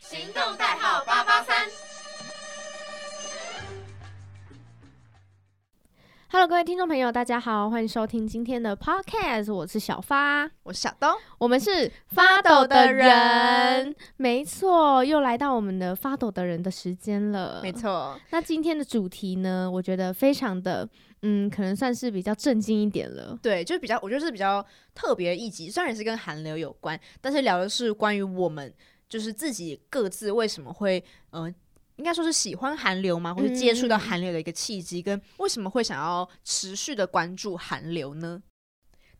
行动代号八八三。 Hello，各位听众朋友，大家好，欢迎收听今天的 Podcast，我是小发，我是小东，我们是发抖的人，没错，又来到我们的发抖的人的时间了，没。错，那今天的主题呢，我觉得非常的，嗯，可能算是比较震惊一点了。对，就比较，我觉得是比较特别的一集，虽然也是跟韩流有关，但是聊的是关于我们就是自己各自为什么会，呃，应该说是喜欢韩流嘛，或者接触到韩流的一个契机，跟为什么会想要持续的关注韩流呢？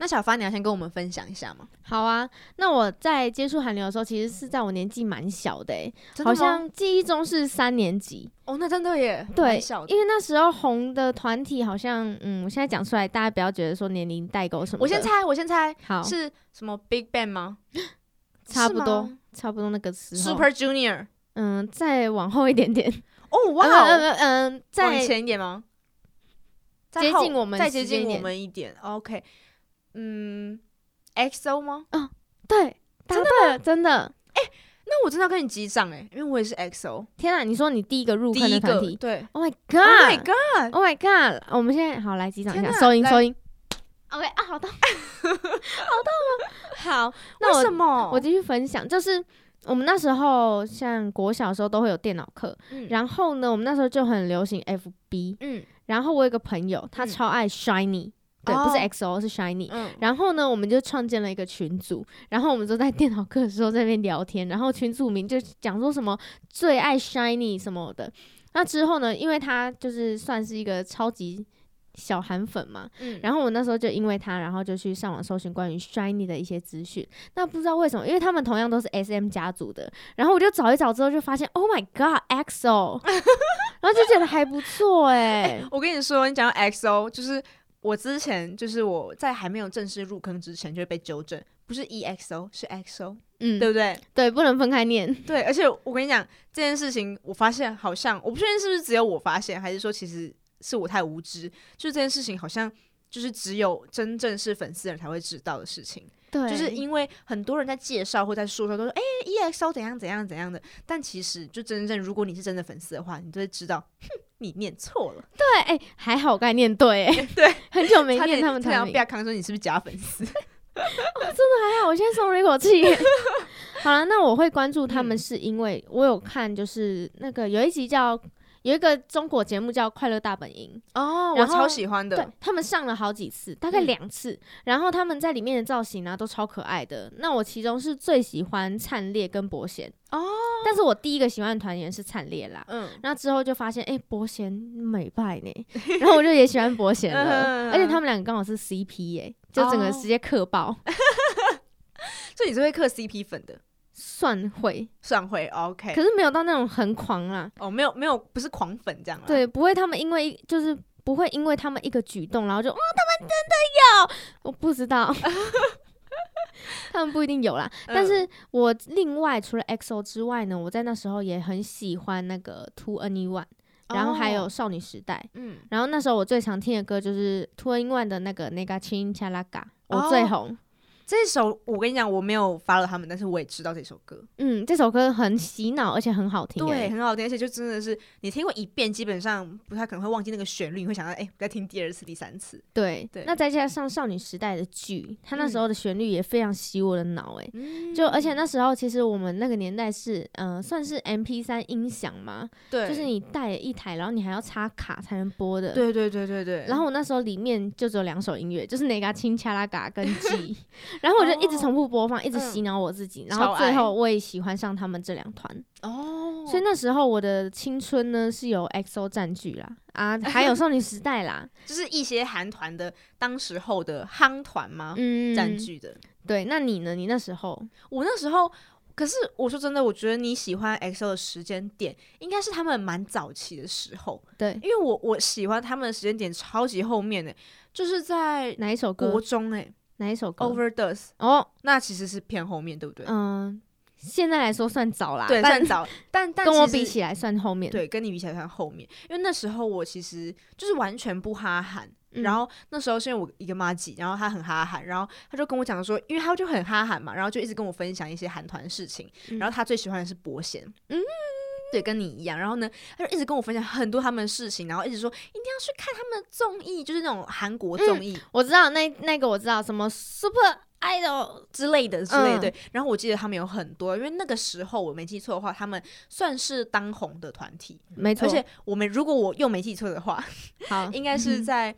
那小发，你要先跟我们分享一下吗？好啊，那我在接触韩流的时候，其实是在我年纪蛮小的、欸，真的好吗像记忆中是三年级。哦，那真的耶，对蛮小，的因为那时候红的团体好像，嗯，我现在讲出来，大家不要觉得说年龄代沟什么的。我先猜，我先猜好，是什么 Big Bang 吗？差不是多吗，差不多那个时候。 Super Junior。嗯，再往后一点点。哦， 哇哦，嗯嗯嗯嗯，往再前一点吗？接再后近我们再时接间一近我点们一点。OK，嗯，XO 吗？对，答对了，真的。那我真的要跟你击掌哎、因为我也是 XO 天啊，你说你第一个入第坑的一团个。体对？Oh my ，Oh my god！Oh god！ my god！我们现在好来击掌一下，天哪收音来收音。OK 啊，好痛，好痛啊！好，那为什我么？我继续分享，就是我们那时候像国小的时候都会有电脑课，嗯然后呢，我们那时候就很流行 FB，嗯然后我有一个朋友，他嗯哦超爱 Shiny，对，不是 XO 是 Shiny，嗯，然后呢，我们就创建了一个群组，然后我们就在电脑课的时候在那边聊天，然后群组名就讲说什么最爱 Shiny 什么的。那之后呢，因为他就是算是一个超级小韩粉嘛，嗯然后我那时候就因为他，然后就去上网搜寻关于 Shiny 的一些资讯。那不知道为什么，因为他们同样都是 SM 家族的，然后我就找一找之后就发现，Oh my God，EXO，然后就觉得还不错哎、我跟你说，你讲到 XO，就是我之前就是我在还没有正式入坑之前就会被纠正，不是 EXO 是 XO，、嗯，对对不对？对，不能分开念。对，而且我跟你讲这件事情，我发现好像我不确定是不是只有我发现，还是说其实是我太无知，就这件事情好像就是只有真正是粉丝的人才会知道的事情，对，就是因为很多人在介绍或在说说都说哎、EXO 怎样怎样怎样的，但其实就真正如果你是真的粉丝的话，你就会知道，哼，你念错了，对，哎、还好我刚才念 对、哎，对，很久没差念点他们差团点名，被康说你是不是假 粉丝？还哎好我现在松了一口 气。好了，那我会关注他们，嗯是因为我有看，就是那个有一集叫有一个中国节目叫《快乐大本营哦然我后超喜欢》，对嗯的，他们上了好几次，大概嗯两次，然后他们在里面的造型啊都超可爱的。那我其中是最喜欢灿烈跟伯贤哦，但是我第一个喜欢的团员是灿烈啦。嗯，那之后就发现，哎、伯贤美败呢，然后我就也喜欢伯贤了，嗯而且他们两个刚好是 CP 耶、就整个哦直接磕爆，所以你是会磕 CP 粉的，算会，算会 OK，可是没有到那种很狂啦，哦，没有没有，不是狂粉这样啦，对，不会他们因为就是不会因为他们一个举动，然后就哇，哦他们真的有，我不知 道。他们不一定有啦，嗯但是我另外除了 XO 之外呢，我在那时候也很喜欢那个 Two Anyone，然后还有哦少女时代，嗯，然后那时候我最常听的歌就是 Two in One 的那个《那个亲恰拉嘎》，我最哦红。这首我跟你讲，我没有 follow 他们，但是我也知道这首歌，嗯，这首歌很洗脑，而且很好听、对，欸。很好听，而且就真的是你听过一遍，基本上不太可能会忘记那个旋律，你会想到哎，我再听第二次、第三次。对对那再加上少女时代的剧，它那时嗯候的旋律也非常洗我的脑、欸，嗯就而且那时候其实我们那个年代是，呃，算是 M P 三音响嘛，对，就是你带了一台，然后你还要插卡才能播的。。对对对对对，然后我那时候里面就只有两首音乐，就是那个青恰拉嘎跟 G，然后我就一直重复播放，一直洗脑我自己，然哦嗯超后爱最后我也喜欢上他们这两团，哦，所以那时候我的青春呢是由 XO 占据啦，啊，还有少女时代 啦，就是一些韩团的当时候的夯团吗？嗯，哦占。据的。对，那你呢？你那时候我那时候，可是我说真的，我觉得你喜欢 XO 的时间点，应该是他们蛮早期的时候，对因为我我喜欢他们的时间点超级后面的、就是在哪一首歌国？中哎、哪一首歌 Overdose，哦，那其实是偏后面，对不对？嗯嗯，现在来说算早啦，对，但算早，但但跟我其实比起来算后面。对，跟你比起来算后面，因为那时候我其实就是完全不哈韩。嗯然后那时候是因为我一个妈吉，然后她很哈韩，然后她就跟我讲说，因为她就很哈韩嘛，然后就一直跟我分享一些韩团事情。嗯然后她最喜欢的是伯贤，嗯，对，跟你一样。然后呢，她就一直跟我分享很多他们的事情，然后一直说一定要去看他们的综艺，就是那种韩国综艺我知道那那个我知道什么 Super Idol，之类的之类的。嗯对，然后我记得他们有很多，因为那个时候我没记错的话，他们算是当红的团体，没错，而且我们如果我又没记错的话，好，应该是在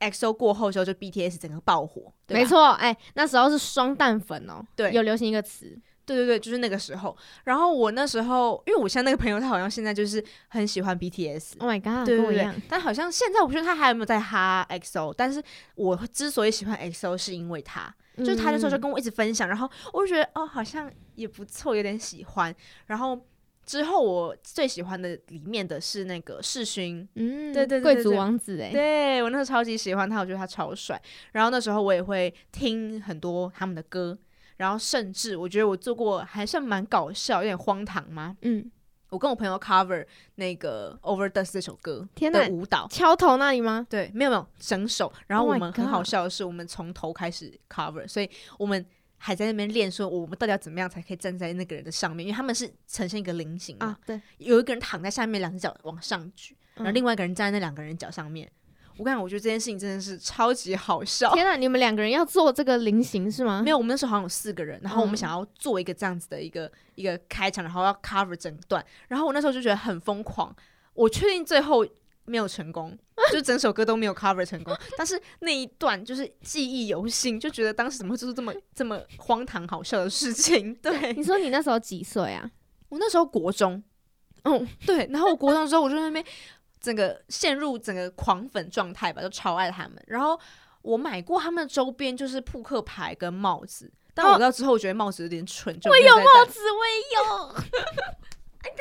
XO 过后之后，就 BTS 整个爆火，对吧没，错，哎、那时候是双蛋粉哦、对有流行一个词，对对对，就是那个时候。然后我那时候，因为我现在那个朋友，他好像现在就是很喜欢 BTS。 Oh my god，对跟对我一对样，，哦但好像现在我不确定他还有没有在哈 XO，但是我之所以喜欢 XO 是因为他，就是他那时候就嗯跟我一直分享，然后我就觉得哦好像也不错，有点喜欢。然后之后我最喜欢的里面的是那个世勋，嗯，对对对贵对对族王子哎、对我那时候超级喜欢他，我觉得他超帅。然后那时候我也会听很多他们的歌，然后甚至我觉得我做过还算蛮搞笑，有点荒唐吗？嗯，我跟我朋友 cover 那个 Overdose 这首歌天哪的舞蹈。敲头那里吗？对，没有没有整首。然后 Oh my 我们很 God 好笑的是，我们从头开始 cover，所以我们还在那边练，说我们到底要怎么样才可以站在那个人的上面，因为他们是呈现一个菱形嘛，啊，对，有一个人躺在下面，两只脚往上举，然后嗯另外一个人站在那两个人脚上面。我跟你讲，我觉得这件事情真的是超级好笑。天哪，你们两个人要做这个菱形是吗？没有，有，我们那时候好像有四个人，然后我们嗯想要做一个这样子的一个一个开场，然后要 cover 整段。然后我那时候就觉得很疯狂，我确定最后没有成功，就整首歌都没有 cover 成功。但是那一段就是记忆犹新，就觉得当时怎么会做出这么这么荒唐好笑的事情？ 对你说你那时候几岁啊？我那时候国中， 嗯，对，然后我国中之后，我就在那边整个陷入整个狂粉状态吧，就超爱他们。然后我买过他们的周边，就是扑克牌跟帽子。但我哦知道之后，我觉得帽子有点蠢，就我有帽子，紫薇有，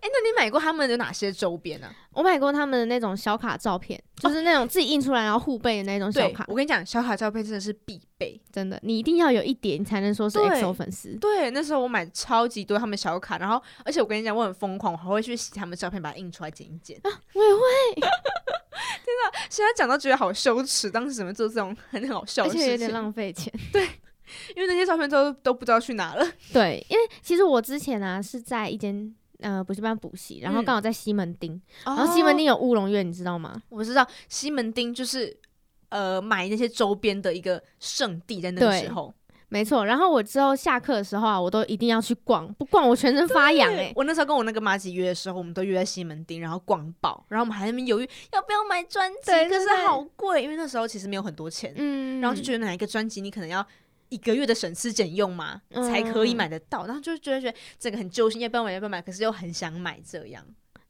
哎、那你买过他们有哪些周边呢、我买过他们的那种小卡照片，就是那种自己印出来然后互背的那种小对卡，，我跟你讲，小卡照片真的是必备。真的，你一定要有一点，你才能说是对 XO 粉丝。对，那时候我买超级多他们小卡，然后而且我跟你讲，我很疯狂，我还会去洗他们照片，把它印出来剪一剪。 我也会，现在讲到觉得好羞耻，当时怎么做这种很好笑而的且有事点情？浪费钱。因为那些照片都都不知道去哪了。对，因为其实我之前啊是在一间呃补习班补习，然后嗯刚好在西门町，然然后西门町有乌龙院，你知道吗？我知道西门町就是呃买那些周边的一个圣地，在那个对时候，没错。然后我之后下课的时候啊，我都一定要去逛，不逛我全身发痒哎、我那时候跟我那个妈吉约的时候，我们都约在西门町，然后逛爆，然后我们还在那边犹豫要不要买专辑，对可是对对好贵，因为那时候其实没有很多钱，嗯，然后就觉得哪一个专辑你可能要。一个月的省吃俭用嘛，嗯才可以买得到。然后就觉得觉得这个很揪心，要不要买，要不要买，可是又很想买这样。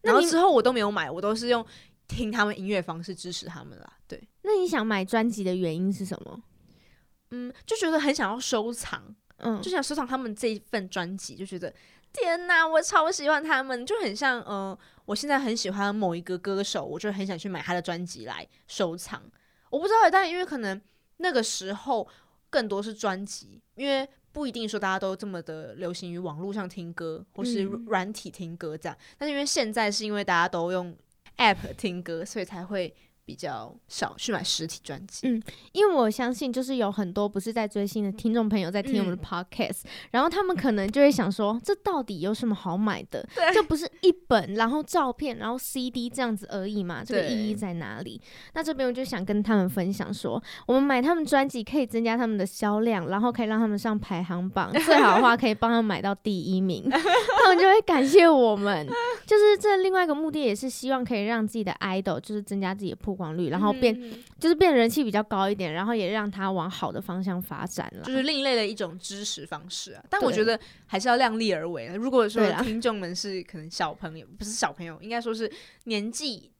那然后你之后我都没有买，我都是用听他们音乐方式支持他们啦。对，那你想买专辑的原因是什么？嗯，就觉得很想要收藏，嗯，就想收藏他们这一份专辑，就觉得天哪，我超喜欢他们，就很像嗯、呃我现在很喜欢某一个歌手，我就很想去买他的专辑来收藏。我不知道，但因为可能那个时候更多是专辑，因为不一定说大家都这么的流行于网络上听歌，或是嗯软体听歌这样。但是因为现在是因为大家都用 App 听歌，所以才会比较少去买实体专辑。因为我相信，就是有很多不是在追星的听众朋友在听嗯我们的 podcast，、然后他们可能就会想说，这到底有什么好买的？对这不是一本，然后照片，然后 CD 这样子而已嘛，这个对意义在哪里？那这边我就想跟他们分享说，我们买他们专辑可以增加他们的销量，然后可以让他们上排行榜，最好的话可以帮他们买到第一名， 他们就会感谢我们。就是这另外一个目的也是希望可以让自己的 idol 就是增加自己的曝光率，然后变嗯就是变人气比较高一点，然后也让他往好的方向发展了。就是另类的一种知识方式啊。但对我觉得还是要量力而为啊。如果说对啦听众们是可能小朋友，不是小朋友，应该说是年纪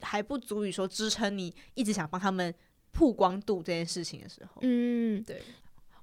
还不足以说支撑你一直想帮他们曝光度这件事情的时候，嗯，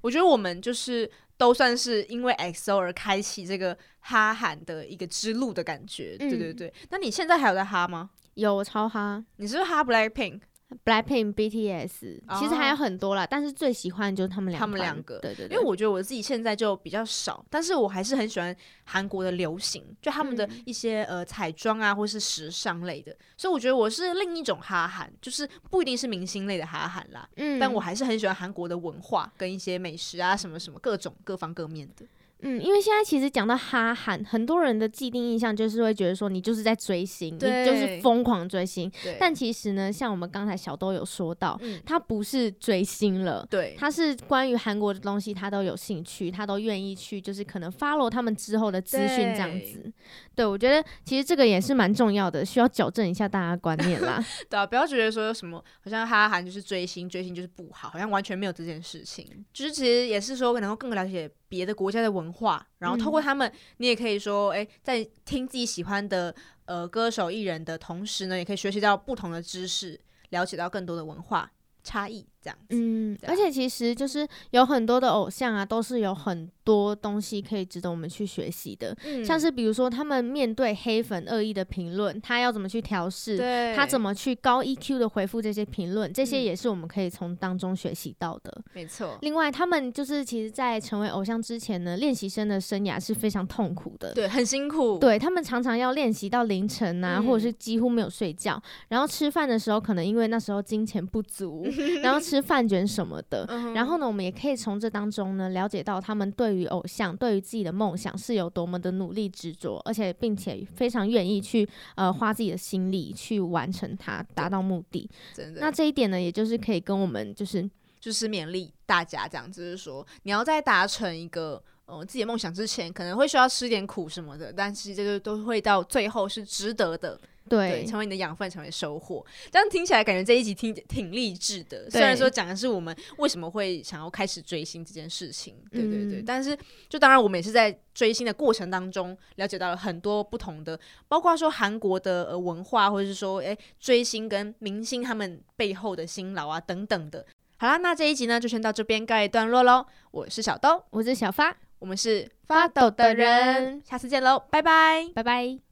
我觉得我们就是都算是因为 XO 而开启这个哈韩的一个之路的感觉。对对嗯对。那你现在还有在哈吗？有超哈，你是不是哈 Blackpink？ Blackpink、BTS，、其实还有很多啦，但是最喜欢就是他们两哦他们团两个对对对，因为我觉得我自己现在就比较少，但是我还是很喜欢韩国的流行，就他们嗯的一些、呃彩妆啊，或是时尚类的，所以我觉得我是另一种哈韩，就是不一定是明星类的哈韩啦，嗯，但我还是很喜欢韩国的文化跟一些美食啊，什么什么各种各方各面的。嗯，因为现在其实讲到哈韩，很多人的既定印象就是会觉得说你就是在追星，你就是对疯狂追星，对但其实呢，像我们刚才小豆有说到，嗯，他不是追星了。对，他是关于韩国的东西，他都有兴趣，他都愿意去，就是可能 follow 他们之后的资讯这样子。对我觉得其实这个也是蛮重要的，需要矫正一下大家观念 啦。对啊，不要觉得说有什么好像哈韩就是追星，追星就是不好，好像完全没有这件事情。就是其实也是说能够更了解别的国家的文化，然后嗯透过他们，你也可以说，哎、在听自己喜欢的呃歌手艺人的同时呢，也可以学习到不同的知识，了解到更多的文化差异，这样子。嗯，对啊而且其实就是有很多的偶像啊，都是有很多东西可以值得我们去学习的。嗯像是比如说，他们面对黑粉恶意的评论，他要怎么去调试？嗯对他怎么去高 EQ 的回复这些评论，这些嗯也是我们可以从当中学习到的。没错，另外，他们就是其实，在成为偶像之前呢，练习生的生涯是非常痛苦的。对，很辛苦，对他们常常要练习到凌晨啊，嗯或者是几乎没有睡觉，然后吃饭的时候可能因为那时候金钱不 足，然后吃饭卷什么的。嗯哼，然后呢，我们也可以从这当中呢，了解到他们对于偶像、对于自己的梦想是有多么的努力执着，而且并且非常愿意去呃花自己的心力去完成它，达到目的。真的那这一点呢，也就是可以跟我们就是就是勉励大家这样，就是说你要在达成一个呃自己的梦想之前，可能会需要吃点苦什么的，但是这个都会到最后是值得的，对，对成为你的养分，成为收获。这样听起来感觉这一集挺挺励志的，虽然说讲的是我们为什么会想要开始追星这件事情，对对对，嗯但是就当然我们也是在追星的过程当中了解到了很多不同的，包括说韩国的呃文化，或者是说哎、追星跟明星他们背后的辛劳啊等等的。好啦，那这一集呢就先到这边告一段落喽。我是小豆，我是小发，我们是发抖的人下次见喽，拜拜。拜拜。